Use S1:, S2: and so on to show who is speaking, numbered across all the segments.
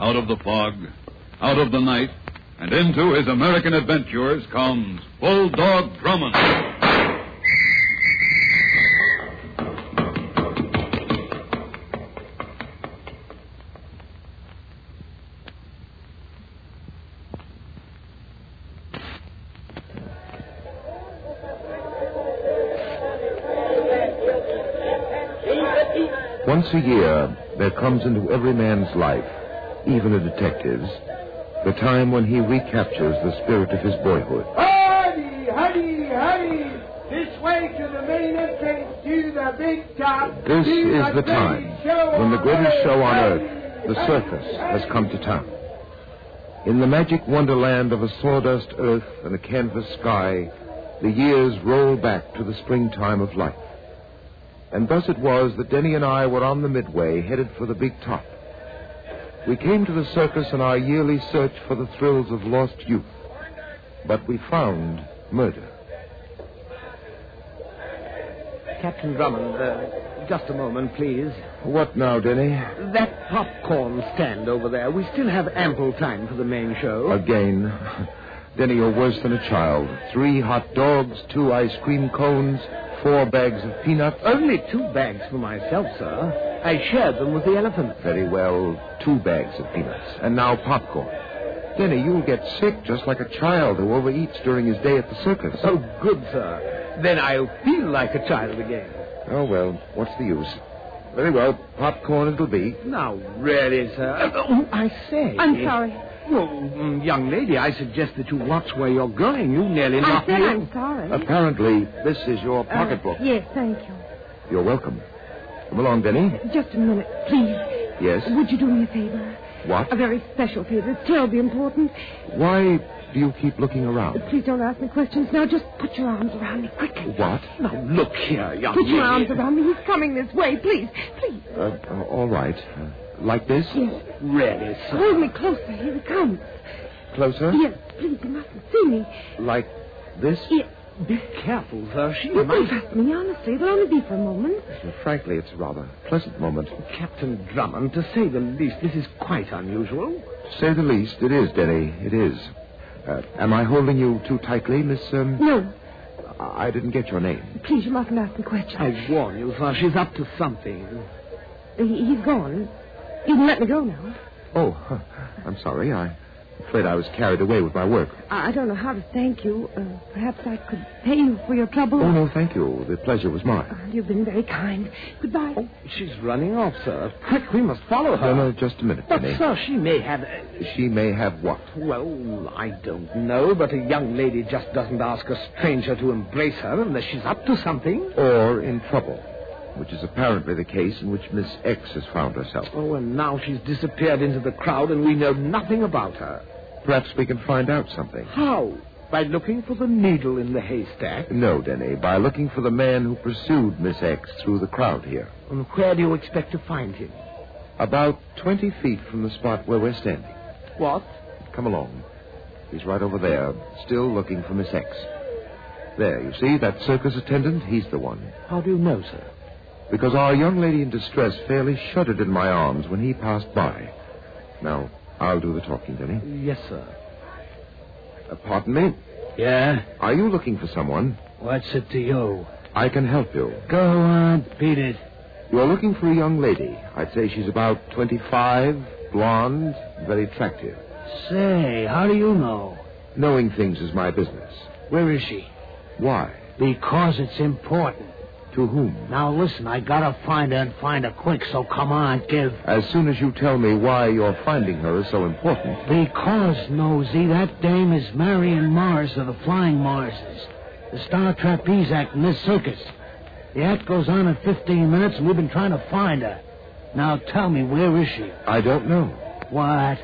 S1: Out of the fog, out of the night, and into his American adventures comes Bulldog Drummond.
S2: Once a year, there comes into every man's life, even a detective's, the time when he recaptures the spirit of his boyhood.
S3: Hurry, hurry, hurry! This way to the main entrance to the big top.
S2: This
S3: Be
S2: is the
S3: greatest
S2: time
S3: show
S2: when the
S3: on
S2: greatest
S3: earth.
S2: show on
S3: Hurry,
S2: earth, the
S3: hurry,
S2: circus, has
S3: hurry.
S2: come to town. In the magic wonderland of a sawdust earth and a canvas sky, the years roll back to the springtime of life. And thus it was that Denny and I were on the midway, headed for the big top. We came to the circus in our yearly search for the thrills of lost youth, but we found murder.
S4: Captain Drummond, uh, just a moment, please.
S2: What now, Denny?
S4: That popcorn stand over there, we still have ample time for the main show.
S2: Uh, Again. Denny, you're worse than a child. Three hot dogs, two ice cream cones, four bags of peanuts.
S4: Only two bags for myself, sir. I shared them with the elephant.
S2: Very well, two bags of peanuts. And now popcorn. Denny, you'll get sick just like a child who overeats during his day at the circus.
S4: Oh, good, sir. Then I'll feel like a child again.
S2: Oh, well, what's the use? Very well, popcorn it'll be.
S4: Now, really, sir. Oh, I say.
S5: I'm sorry.
S4: Well, mm, young lady, I suggest that you watch where you're going. You nearly
S5: I
S4: knocked
S5: said
S4: me.
S5: I'm sorry.
S2: Uh, Apparently, this is your
S5: Hmm? Uh,
S2: pocketbook.
S5: yes, thank you.
S2: You're welcome. Come along, Denny.
S5: Just a minute, please.
S2: Yes?
S5: Would you do me a favor?
S2: What?
S5: A very special favor. It's terribly important.
S2: Why do you keep looking around?
S5: Please don't ask me questions now. Just put your arms around me, quick.
S2: What?
S4: Now, look here, young
S5: Put your arms
S4: lady.
S5: around me. He's coming this way. Please, please.
S2: Uh, uh, all right. Uh, like this?
S5: Yes.
S4: Really, sir.
S5: Hold me closer. Here he comes.
S2: Closer?
S5: Yes, please. You mustn't see me.
S2: Like this?
S5: Yes.
S4: Be careful, sir. She
S5: You
S4: might.
S5: can trust me, honestly. It'll only be for a moment.
S2: Well, frankly, it's a rather pleasant moment.
S4: Captain Drummond, to say the least, this is quite unusual.
S2: To say the least, it is, Denny. It is. Uh, am I holding you too tightly, Miss? Um,
S5: No,
S2: I I didn't get your name.
S5: please, you mustn't ask me questions.
S4: I warn you, sir, she's up to something.
S5: He, he's gone. You can let me go now.
S2: Oh, huh. I'm sorry. I'm afraid I was carried away with my work.
S5: I I don't know how to thank you. Uh, perhaps I could pay you for your trouble.
S2: Oh no, thank you. The pleasure was mine.
S5: Uh, You've been very kind. Goodbye.
S4: Oh, she's running off, sir. Quick, we must follow her.
S2: No, no, just a minute,
S4: But,
S2: Denny.
S4: sir, she may have. uh,
S2: She may have what?
S4: Well, I don't know, but a young lady just doesn't ask a stranger to embrace her unless she's up to something.
S2: Or in trouble, which is apparently the case in which Miss X has found herself.
S4: Oh, and now she's disappeared into the crowd, and we know nothing about her.
S2: Perhaps we can find out something.
S4: How? By looking for the needle in the haystack.
S2: No, Denny, by looking for the man who pursued Miss X through the crowd here.
S4: And where do you expect to find him?
S2: About 20 feet from the spot where we're standing.
S4: What?
S2: Come along. He's right over there, still looking for Miss X. There, you see, that circus attendant, he's the one.
S4: How do you know, sir?
S2: Because our young lady in distress fairly shuddered in my arms when he passed by. Now, I'll do the talking, Denny.
S4: Yes, sir.
S2: Uh, pardon me.
S6: Yeah?
S2: Are you looking for someone?
S6: What's it to you?
S2: I can help you.
S6: Go on, beat it.
S2: You're looking for a young lady. I'd say she's about 25, blonde, very attractive.
S6: Say, how do you know?
S2: Knowing things is my business.
S6: Where is she?
S2: Why?
S6: Because it's important.
S2: To whom?
S6: Now listen, I gotta find her and find her quick, so come on, give.
S2: As soon as you tell me why your finding her is so important.
S6: Because, Nosy, that dame is Marion Mars of the Flying Marses, the star trapeze act in this circus. The act goes on in 15 minutes, and we've been trying to find her. Now tell me, where is she?
S2: I don't know.
S6: What?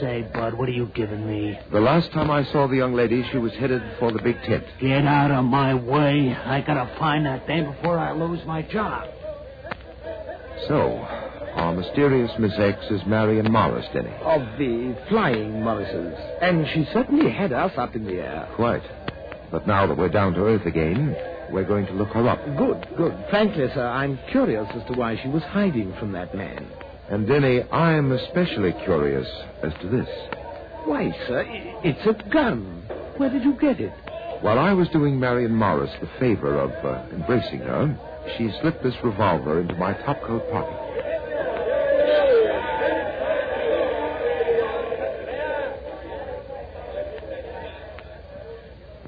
S6: Say, Bud, what are you giving me?
S2: The last time I saw the young lady, she was headed for the big tent.
S6: Get out of my way. I gotta find that thing before I lose my job.
S2: So, our our mysterious Miss X is Marion Morris, Denny.
S4: Of the flying Morrises. And she certainly had us up in the air.
S2: Quite. But now that we're down to earth again, we're going to look her up.
S4: Good, good. Frankly, sir, I'm curious as to why she was hiding from that man.
S2: And, Denny, I'm especially curious as to this.
S4: Why, sir, i- it's a gun. Where did you get it?
S2: While I was doing Marion Morris the favor of uh, embracing her, she slipped this revolver into my topcoat pocket.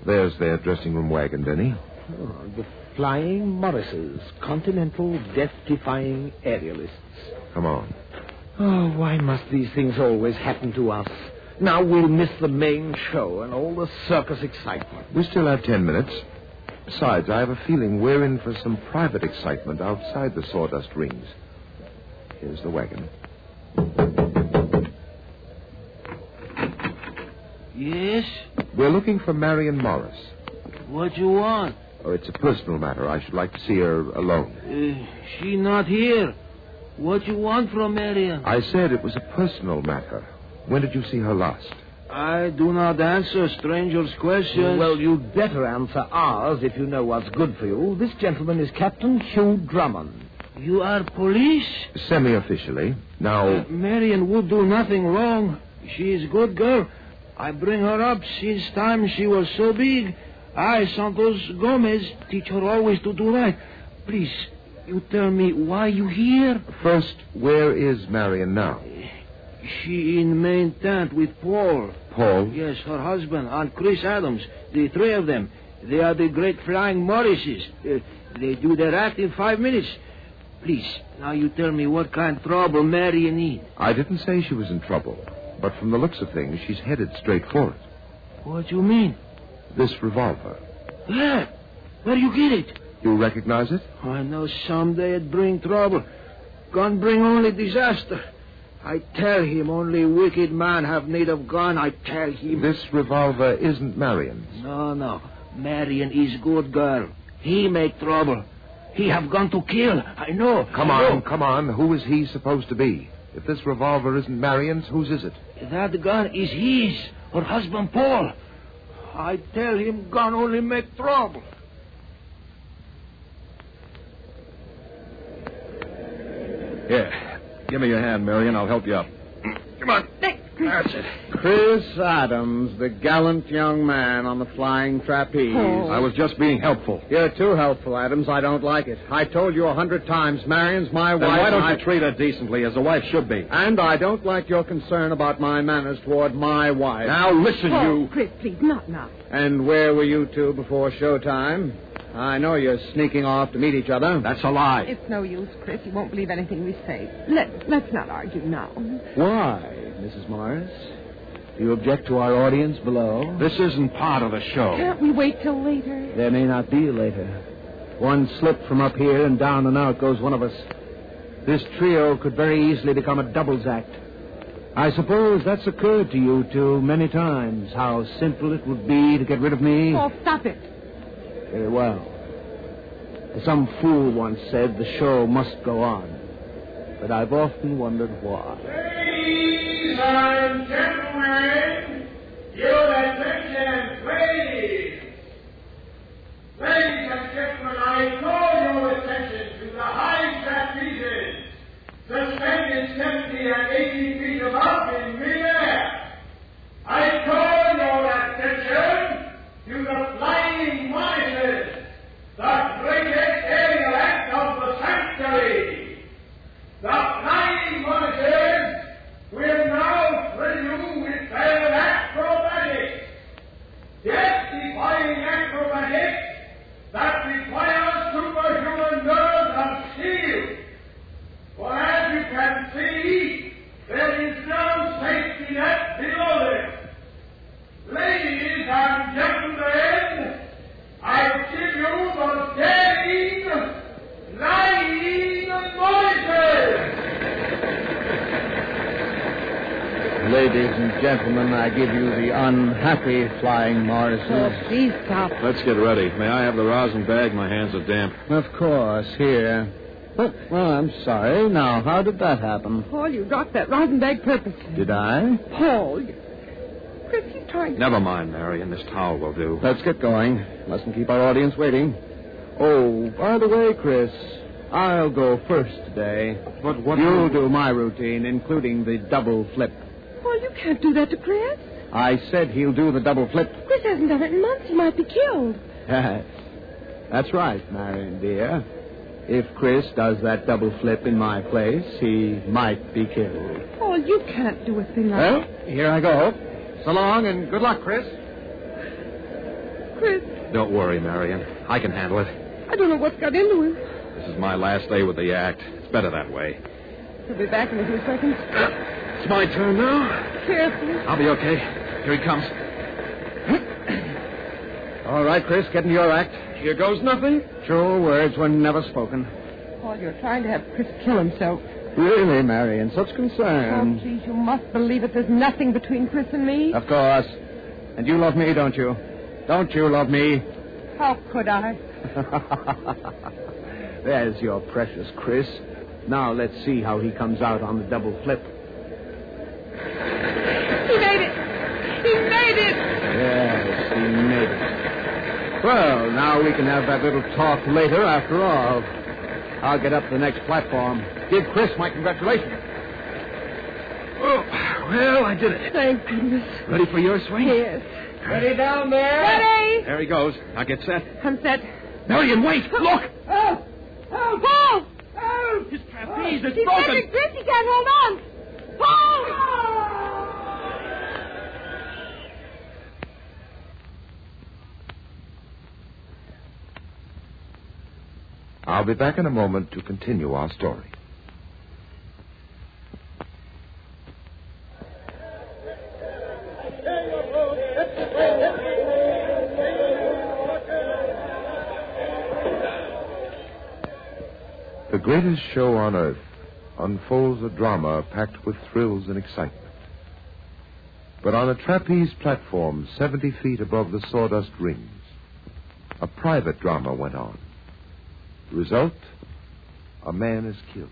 S2: There's their dressing room wagon, Denny.
S4: Oh, the flying Morrises, continental death-defying aerialists.
S2: Come on.
S4: Oh, why must these things always happen to us? Now we'll miss the main show and all the circus excitement.
S2: We still have ten minutes. Besides, I have a feeling we're in for some private excitement outside the sawdust rings. Here's the wagon.
S7: Yes?
S2: We're looking for Marion Morris.
S7: What you want?
S2: Oh, it's a personal matter. I should like to see her alone.
S7: Uh, she not here. What you want from Marion?
S2: I said it was a personal matter. When did you see her last?
S7: I do not answer strangers' questions.
S4: Well, you'd better answer ours if you know what's good for you. This gentleman is Captain Hugh Drummond.
S7: you are police?
S2: Semi officially. Now,
S7: Uh, Marion would do nothing wrong. She is good girl. I bring her up since time she was so big. I, Santos Gomez, teach her always to do right. Please, you tell me why you here?
S2: first, where is Marion now?
S7: She in main tent with Paul.
S2: Paul?
S7: Yes, her husband and Chris Adams. The three of them. They are the great flying Morrises. Uh, they do their act in five minutes. Please, now you tell me what kind of trouble Marion need.
S2: I didn't say she was in trouble, but from the looks of things, she's headed straight for it.
S7: What you mean?
S2: This revolver.
S7: Where? Where you get it?
S2: You recognize it?
S7: I know someday it bring trouble. Gun bring only disaster. I tell him only wicked man have need of gun. I tell him.
S2: This revolver isn't Marion's.
S7: No, no. Marion is good girl. He make trouble. He have gone to kill. I know.
S2: Come
S7: I
S2: on,
S7: know.
S2: come on. Who is he supposed to be? If this revolver isn't Marion's, whose is it?
S7: That gun is his. Her husband Paul. I tell him gun only make trouble.
S1: Here. Give me your hand, Marion. I'll help you up. Come on. That's it.
S4: Chris Adams, the gallant young man on the flying trapeze.
S5: Paul.
S1: I was just being helpful.
S4: You're too helpful, Adams. I don't like it. I told you a hundred times, Marion's my
S1: Then
S4: wife.
S1: why
S4: and I-
S1: don't you treat her decently as a wife should be?
S4: And I don't like your concern about my manners toward my wife.
S1: Now listen,
S5: Paul,
S1: you.
S5: Chris, please, not now.
S4: And where were you two before showtime? I know you're sneaking off to meet each other.
S1: That's a lie.
S5: It's no use, Chris. You won't believe anything we say. Let, let's not argue now.
S4: Why, Mrs. Morris? Do you object to our audience below?
S1: This isn't part of the
S4: Oh.
S1: show.
S5: Can't we wait till later?
S4: There may not be later. One slip from up here and down and out goes one of us. This trio could very easily become a doubles act. I suppose that's occurred to you two many times, how simple it would be to get rid of me.
S5: Paul, stop it.
S4: Very well. Some fool once said the show must go on, but I've often wondered why.
S3: Ladies and gentlemen, your attention, please. Ladies and gentlemen, I call your attention to the high trapezes suspended 70 and 80 feet above in midair. I call your attention to the flying monitors, the greatest aerial act of the sanctuary. The flying monitors will now thrill you with their acrobatics, death-defying acrobatics that require superhuman nerves and steel. For as you can see, there is no safety net below them. Ladies and gentlemen, I give you the daring, lying voices.
S4: Ladies and gentlemen, I give you the unhappy Flying
S5: Paul,
S4: Morrises.
S5: please stop.
S4: Um,
S1: Let's get ready. May I have the rosin bag? My hands are damp.
S4: Of course, here. But, well, I'm sorry. Now, how did that happen?
S5: Paul, you dropped that rosin bag purposely.
S4: Did I?
S5: Paul, you... Chris, you trying to...
S2: Never mind, Marion. This towel will do.
S4: Let's get going. Mustn't keep our audience waiting. Oh, by the way, Chris, I'll go first today.
S2: But what?
S4: You'll do my routine, including the double flip.
S5: Paul, you can't do that to Chris.
S4: I said he'll do the double flip.
S5: Chris hasn't done it in months. He might be killed.
S4: That's right, Marion, dear. If Chris does that double flip in my place, he might be killed.
S5: Paul, you can't do a thing like
S4: Well, here I go. So long and good luck, Chris.
S5: that. Chris,
S2: Don't worry, Marion. I can handle it.
S5: I don't know what's got into him.
S2: This is my last day with the act. It's better that way.
S5: He'll be back in a few seconds.
S2: It's my turn now.
S5: Carefully.
S2: I'll be okay. Here he comes.
S4: All right, Chris, get into your act.
S2: Here goes nothing.
S4: True words were never spoken.
S5: Paul, Oh, you're trying to have Chris kill himself.
S4: Really, Marion, such
S2: Um,
S5: oh,
S4: concern.
S5: please, you must believe it. There's nothing between Chris and me.
S2: Uh,
S4: Of course. And you love me, don't you? Don't you love me?
S5: How could I?
S4: There's your precious Chris. Now let's see how he comes out on the double flip.
S5: He made it. He made it.
S4: Yes, he made it. Well, now we can have that little talk later after all. I'll get up to the next platform. Give Chris my congratulations.
S2: Oh, well, I did it.
S5: Thank goodness.
S2: Ready for your swing?
S5: Yes.
S4: Ready down there?
S5: Ready?
S2: There he goes. Now get set.
S5: I'm set.
S2: Marion, wait! Look!
S5: Oh! Oh, Paul! Oh!
S2: His trapeze is
S5: He's
S2: broken.
S5: catching Chris. He can't hold on.
S2: Ah!
S5: Paul!
S2: I'll be back in a moment to continue our story. The greatest show on earth unfolds a drama packed with thrills and excitement. But on a trapeze platform 70 feet above the sawdust rings, a private drama went on. Result? A man is killed.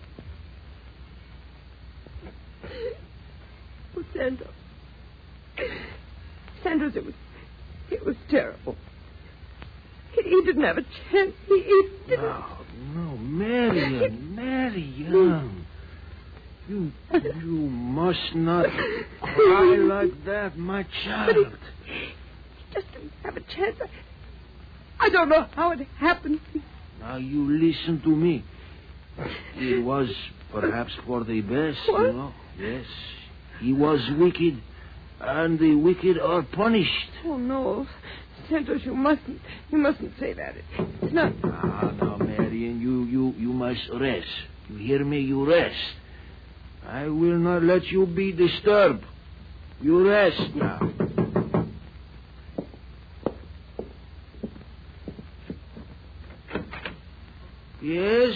S5: Oh, Sandra. Sanders, it was, it was terrible. He, he didn't have a chance. He, he didn't.
S6: No, no, Marion, Marion. You, you must not cry like that, my child.
S5: He just didn't have a chance. I, I don't know how it happened.
S6: Now you listen to me. It was perhaps for the best, you
S5: What?
S6: know. Yes. He was wicked, and the wicked are punished.
S5: Oh no, Santos, you mustn't. You mustn't say that. It's not.
S6: Ah, now, Marion, you, you, you must rest. You hear me? You rest. I will not let you be disturbed. You rest now. Yes,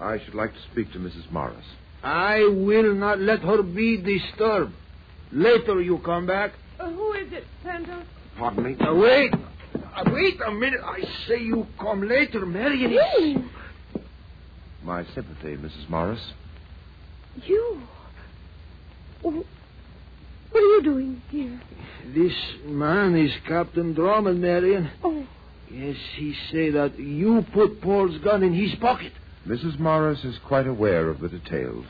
S2: I should like to speak to Mrs. Morris.
S6: I will not let her be disturbed. Later you come back.
S5: Uh, who is it, Santos?
S2: Pardon me?
S6: Now, wait. Uh, Wait a minute. I say you come later, Marion. It's-
S5: You.
S2: My sympathy, Mrs. Morris.
S5: You. Oh, what are you doing here?
S6: This man is Captain Drummond, Marion.
S5: Oh,
S6: Yes, he say that you put Paul's gun in his pocket.
S2: Mrs. Morris is quite aware of the details.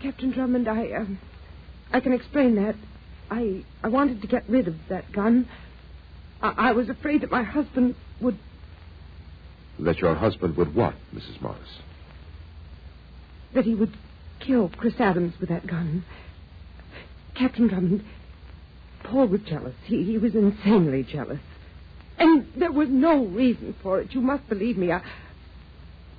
S5: Captain Drummond, I um, I can explain that. I I wanted to get rid of that gun. I, I was afraid that my husband would.
S2: That your husband would what, Mrs. Morris?
S5: that he would kill Chris Adams with that gun. Captain Drummond, Paul was jealous. He, he was insanely jealous. And there was no reason for it. You must believe me. I,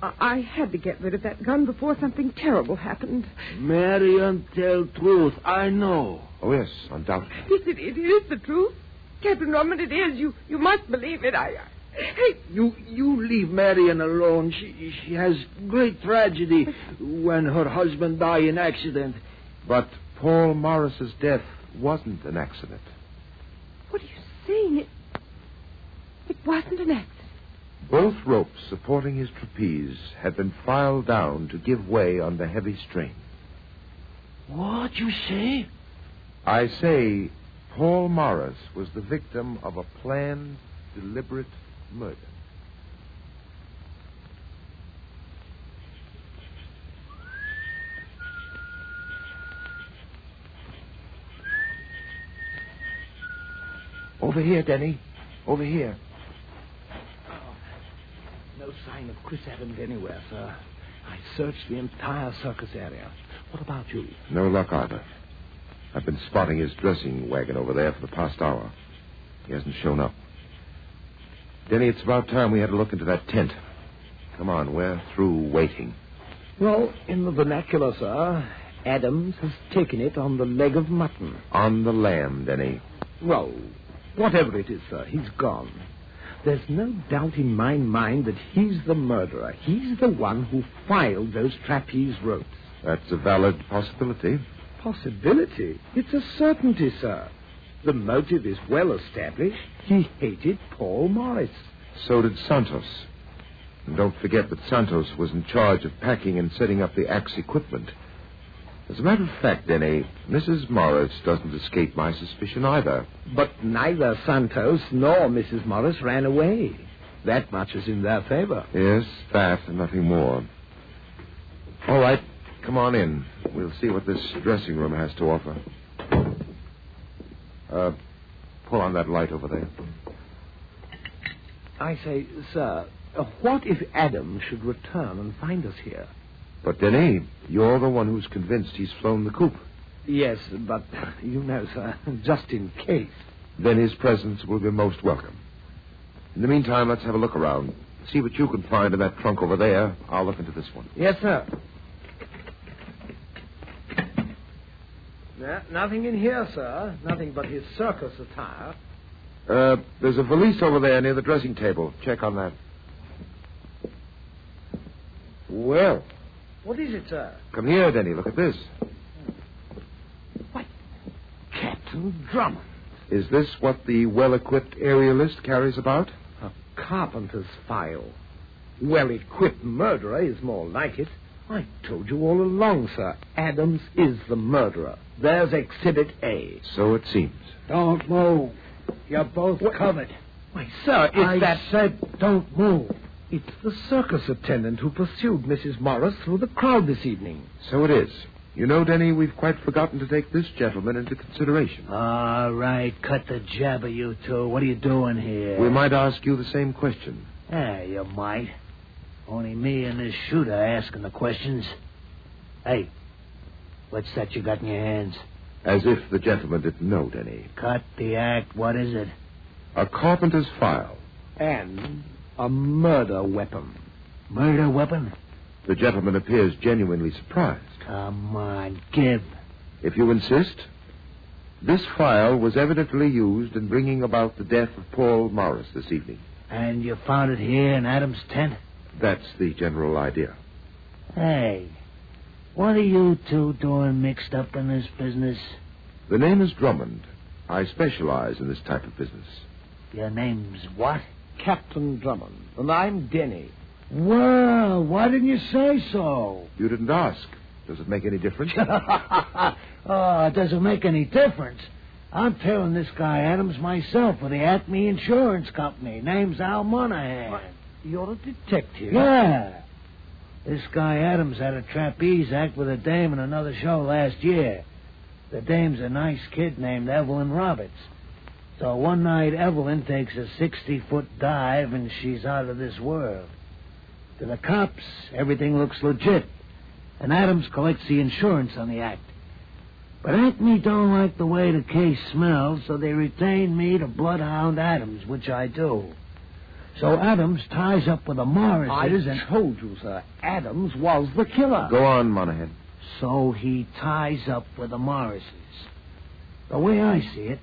S5: I, I had to get rid of that gun before something terrible happened.
S6: Marion, tell truth. I know.
S2: Oh, yes, undoubtedly.
S5: Yes, it, it is the truth. Captain Drummond, it is. You, you must believe it. I, I, hey,
S6: You you leave Marion alone. She she has great tragedy when her husband die in accident.
S2: But Paul Morris's death wasn't an accident.
S5: What are you saying? It, it wasn't an accident.
S2: Both ropes supporting his trapeze had been filed down to give way under heavy strain.
S4: What you say?
S2: I say Paul Morris was the victim of a planned, deliberate murder. Over here, Denny. Over here.
S4: No sign of Chris Adams anywhere, sir. I searched the entire circus area. What about you?
S2: No luck either. I've been spotting his dressing wagon over there for the past hour. He hasn't shown up. Denny, it's about time we had a look into that tent. Come on, we're through waiting.
S4: Well, in the vernacular, sir, Adams has taken it on the leg of mutton.
S2: On the lamb, Denny.
S4: Well, whatever it is, sir, he's gone. There's no doubt in my mind that he's the murderer. He's the one who filed those trapeze ropes.
S2: That's a valid possibility.
S4: Possibility? It's a certainty, sir. The motive is well established. He hated Paul Morris.
S2: So did Santos. And don't forget that Santos was in charge of packing and setting up the axe equipment. As a matter of fact, Denny, Mrs. Morris doesn't escape my suspicion either.
S4: But neither Santos nor Mrs. Morris ran away. That much is in their favor.
S2: Yes, that and nothing more. All right, come on in. We'll see what this dressing room has to offer. Uh, pull on that light over there.
S4: I say, sir, uh, what if Adam should return and find us here?
S2: But, Denny, you're the one who's convinced he's flown the coop.
S4: Yes, but you know, sir, just in case.
S2: Then his presence will be most welcome. In the meantime, let's have a look around. See what you can find in that trunk over there. I'll look into this one.
S4: Yes, sir. No, nothing in here, sir. Nothing but his circus attire.
S2: Uh, there's a valise over there near the dressing table. Check on that. Well,
S4: What is it, sir?
S2: come here, Denny. Look at this.
S4: Captain Drummond.
S2: Is this what the well-equipped aerialist carries about?
S4: A carpenter's file. Well equipped murderer is more like it. I told you all along, sir. Adams is the murderer. There's Exhibit A.
S2: So it seems.
S4: Don't move. You're both covered. Why, sir, it's
S8: I
S4: that. said don't move. It's the circus attendant who pursued Mrs. Morris through the crowd this evening.
S2: So it is. You know, Denny, we've quite forgotten to take this gentleman into consideration.
S7: All right, cut the jabber, you two. What are you doing here?
S2: We might ask you the same question.
S7: Yeah, you might. Only me and this shooter asking the questions. Hey, what's that you got in your hands?
S2: As if the gentleman didn't know, Denny.
S7: Cut the act. What is it?
S2: A carpenter's file.
S4: And a murder weapon.
S7: Murder weapon?
S2: The gentleman appears genuinely surprised.
S7: Come on, give.
S2: If you insist, this file was evidently used in bringing about the death of Paul Morris this evening.
S7: And you found it here in Adam's tent?
S2: That's the general idea.
S7: Hey, what are you two doing mixed up in this business?
S2: The name is Drummond. I specialize in this type of business.
S7: Your name's what?
S4: Captain Drummond. And I'm Denny.
S7: Well, why didn't you say so?
S2: You didn't ask. Does it make any difference?
S7: oh, it doesn't make any difference. I'm telling this guy Adams myself with the Acme Insurance Company. Name's Al Monahan.
S4: You're a detective.
S7: Yeah. This guy Adams had a trapeze act with a dame in another show last year. The dame's a nice kid named Evelyn Roberts. So one night, Evelyn takes a 60 foot dive and she's out of this world. To the cops, everything looks legit. And Adams collects the insurance on the act. But Acme don't like the way the case smells, so they retain me to bloodhound Adams, which I do. So Adams ties up with the
S4: I
S7: Morrises and.
S4: told you, sir. Adams was the killer.
S2: Go on, Monahan.
S7: So he ties up with the Morrises. The way I see it,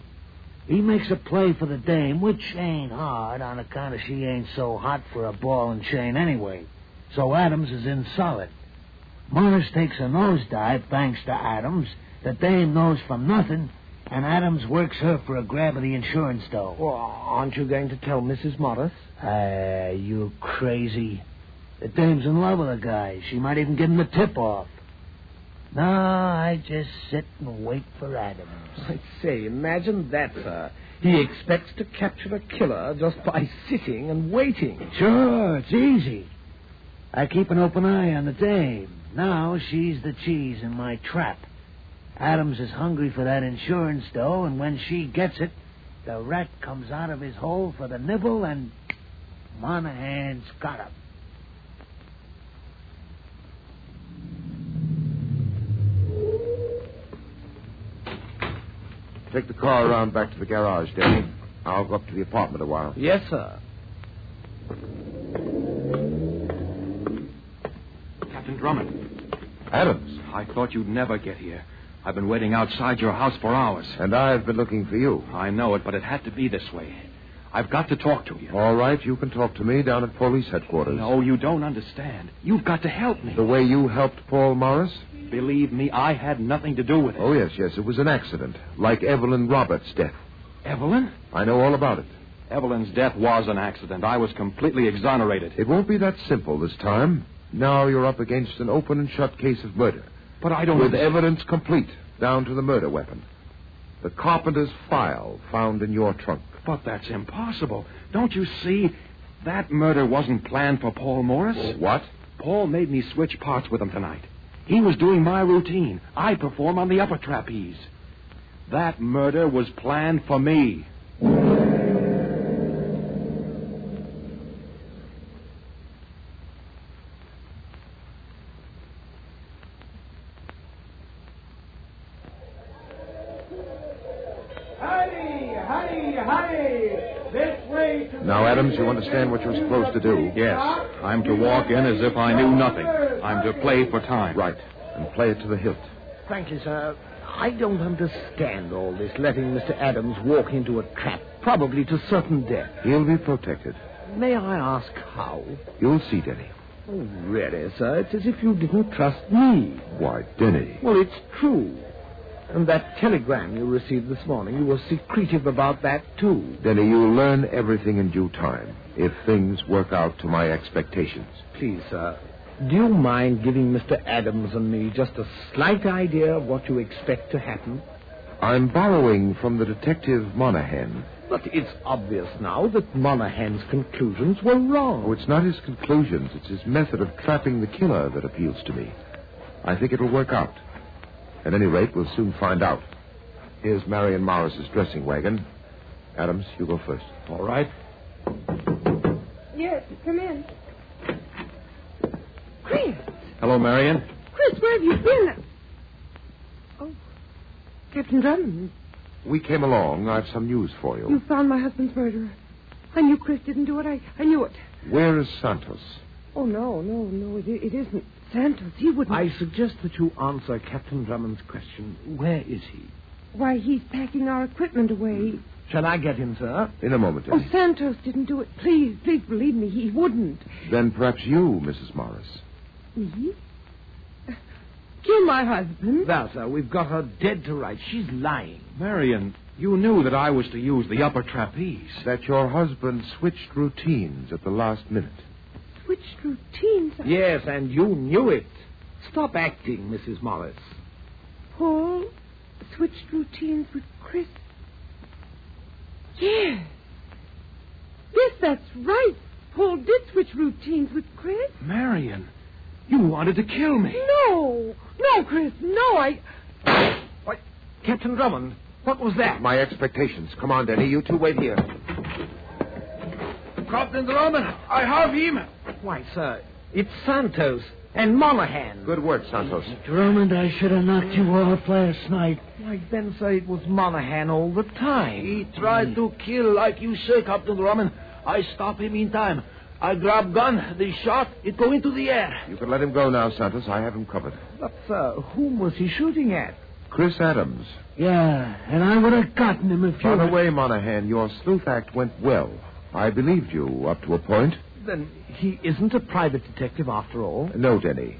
S7: he makes a play for the dame, which ain't hard on account of she ain't so hot for a ball and chain anyway. So Adams is in solid. Morris takes a nosedive thanks to Adams. The dame knows from nothing, and Adams works her for a grab of the insurance dough.
S4: Well, aren't you going to tell Mrs. Morris?
S7: Ah, you crazy. The dame's in love with the guy. She might even give him the tip off. No, I just sit and wait for Adams.
S4: I say, imagine that, sir. He expects to capture a killer just by sitting and waiting.
S7: Sure, it's easy. I keep an open eye on the dame. Now she's the cheese in my trap. Adams is hungry for that insurance dough, and when she gets it, the rat comes out of his hole for the nibble, and Monahan's got him.
S2: Take the car around back to the garage, Danny. I'll go up to the apartment a while.
S4: Yes, sir.
S9: Captain Drummond,
S2: Adams,
S9: I thought you'd never get here. I've been waiting outside your house for hours.
S2: and I've been looking for you.
S9: I know it, but it had to be this way. I've got to talk to you.
S2: All right, you can talk to me down at police headquarters.
S9: No, you don't understand. You've got to help me.
S2: The way you helped Paul Morris?
S9: Believe me, I had nothing to do with it.
S2: Oh, yes, yes. It was an accident, like Evelyn Roberts' death.
S9: Evelyn?
S2: I know all about it.
S9: Evelyn's death was an accident. I was completely exonerated.
S2: It won't be that simple this time. Now you're up against an open and shut case of murder,
S9: But I don't.
S2: with
S9: understand-
S2: evidence complete, down to the murder weapon. The carpenter's file found in your trunk.
S9: But that's impossible. Don't you see? That murder wasn't planned for Paul Morris.
S2: What?
S9: Paul made me switch parts with him tonight. He was doing my routine. I perform on the upper trapeze. That murder was planned for me.
S3: Honey, honey, honey, this way to...
S2: Now, Adams, you understand what you're supposed to do?
S9: Yes, I'm to walk in as if I knew nothing. I'm to play for time.
S2: Right. And play it to the hilt.
S4: Thank you, sir. I don't understand all this letting Mr. Adams walk into a trap, probably to certain death.
S2: He'll be protected.
S4: May I ask how?
S2: You'll see, Denny.
S4: Oh, really, sir, it's as if you didn't trust me.
S2: Why, Denny.
S4: Well, it's true. And that telegram you received this morning, you were secretive about that, too.
S2: Denny, you'll learn everything in due time if things work out to my expectations.
S4: Please, sir, do you mind giving Mr. Adams and me just a slight idea of what you expect to happen?
S2: I'm borrowing from the detective Monahan.
S4: But it's obvious now that Monahan's conclusions were wrong.
S2: Oh, it's not his conclusions, it's his method of trapping the killer that appeals to me. I think it'll work out. At any rate, we'll soon find out. Here's Marion Morris's dressing wagon. Adams, you go first.
S9: All right.
S5: Yes, come in. Chris,
S9: Hello, Marion.
S5: Chris, where have you been? Oh, Captain Drummond,
S2: We came along. I've some news for you.
S5: you found my husband's murderer. I knew Chris didn't do it. I, I knew it.
S2: Where is Santos?
S5: Oh, no, no, no, it, it isn't. Santos, he wouldn't.
S4: I suggest that you answer Captain Drummond's question. Where is he?
S5: Why, he's packing our equipment away.
S4: Shall I get him, sir?
S2: In a moment,
S5: Oh,
S2: Denny.
S5: Santos didn't do it. Please, please believe me, he wouldn't.
S2: Then perhaps you, Mrs. Morris.
S5: Me? Kill my husband?
S4: There, sir, we've got her dead to rights. She's lying.
S9: Marion, you knew that I was to use the upper trapeze.
S2: That your husband switched routines at the last minute.
S5: Switched routines?
S4: Yes, and you knew it. Stop acting, Mrs. Morris.
S5: Paul switched routines with Chris. Yes. Yes, that's right. Paul did switch routines with Chris.
S9: Marion, you wanted to kill me.
S5: No. No, Chris, no, I.
S4: What? Captain Drummond, what was that?
S2: My expectations. Come on, Denny. You two wait here.
S9: Captain Drummond, I have him.
S4: Why, sir, it's Santos and Monahan.
S2: Good work, Santos.
S7: Drummond, I should have knocked you off last night.
S4: Why, then, sir, it was Monahan all the time.
S9: He tried to kill, like you say, Captain Drummond. I stop him in time. I grab gun, the shot, it go into the air.
S2: You can let him go now, Santos. I have him covered.
S4: But, sir, whom was he shooting at?
S2: Chris Adams.
S7: Yeah, and I would have gotten him if you.
S2: By the
S7: had-
S2: way, Monahan, your sleuth act went well. I believed you up to a point.
S4: Then he isn't a private detective after all.
S2: No, Denny.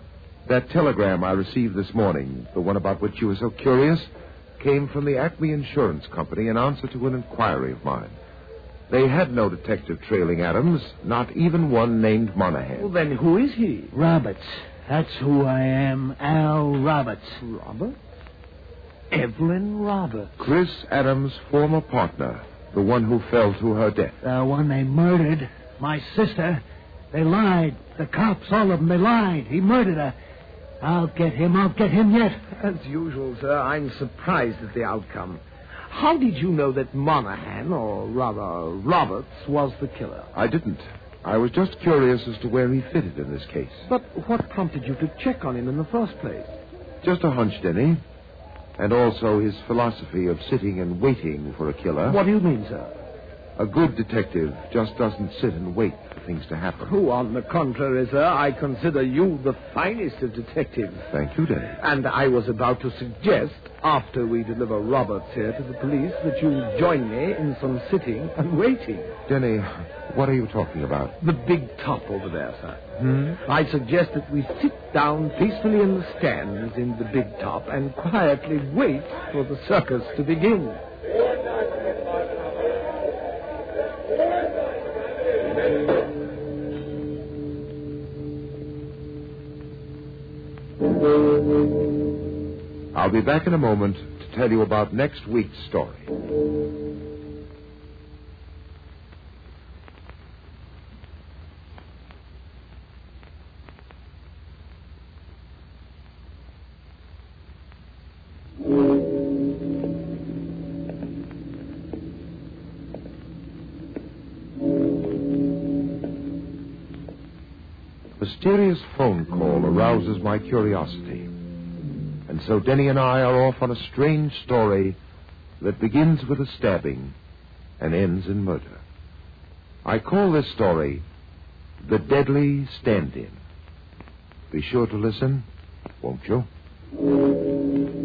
S2: That telegram I received this morning, the one about which you were so curious, came from the Acme Insurance Company in answer to an inquiry of mine. They had no detective trailing Adams, not even one named Monahan.
S4: Well, then who is he?
S6: Roberts. That's who I am, Al Roberts.
S4: Robert? Evelyn Robert.
S2: Chris Adams' former partner, the one who fell to her death.
S6: The one they murdered, my sister. They lied. The cops, all of them, they lied. He murdered her. I'll get him. I'll get him yet.
S4: As usual, sir, I'm surprised at the outcome. How did you know that Monahan, or rather Roberts, was the killer?
S2: I didn't. I was just curious as to where he fitted in this case.
S4: But what prompted you to check on him in the first place?
S2: Just a hunch, Denny. And also his philosophy of sitting and waiting for a killer.
S4: What do you mean, sir?
S2: A good detective just doesn't sit and wait for things to happen.
S4: Who, on the contrary, sir, I consider you the finest of detectives.
S2: Thank you, Denny.
S4: And I was about to suggest, after we deliver Roberts here to the police, that you join me in some sitting and waiting.
S2: Denny, what are you talking about?
S4: The big top over there, sir. I suggest that we sit down peacefully in the stands in the big top and quietly wait for the circus to begin.
S2: I'll be back in a moment to tell you about next week's story. Mysterious phone call arouses my curiosity. And so Denny and I are off on a strange story that begins with a stabbing and ends in murder. I call this story The Deadly Stand In. Be sure to listen, won't you?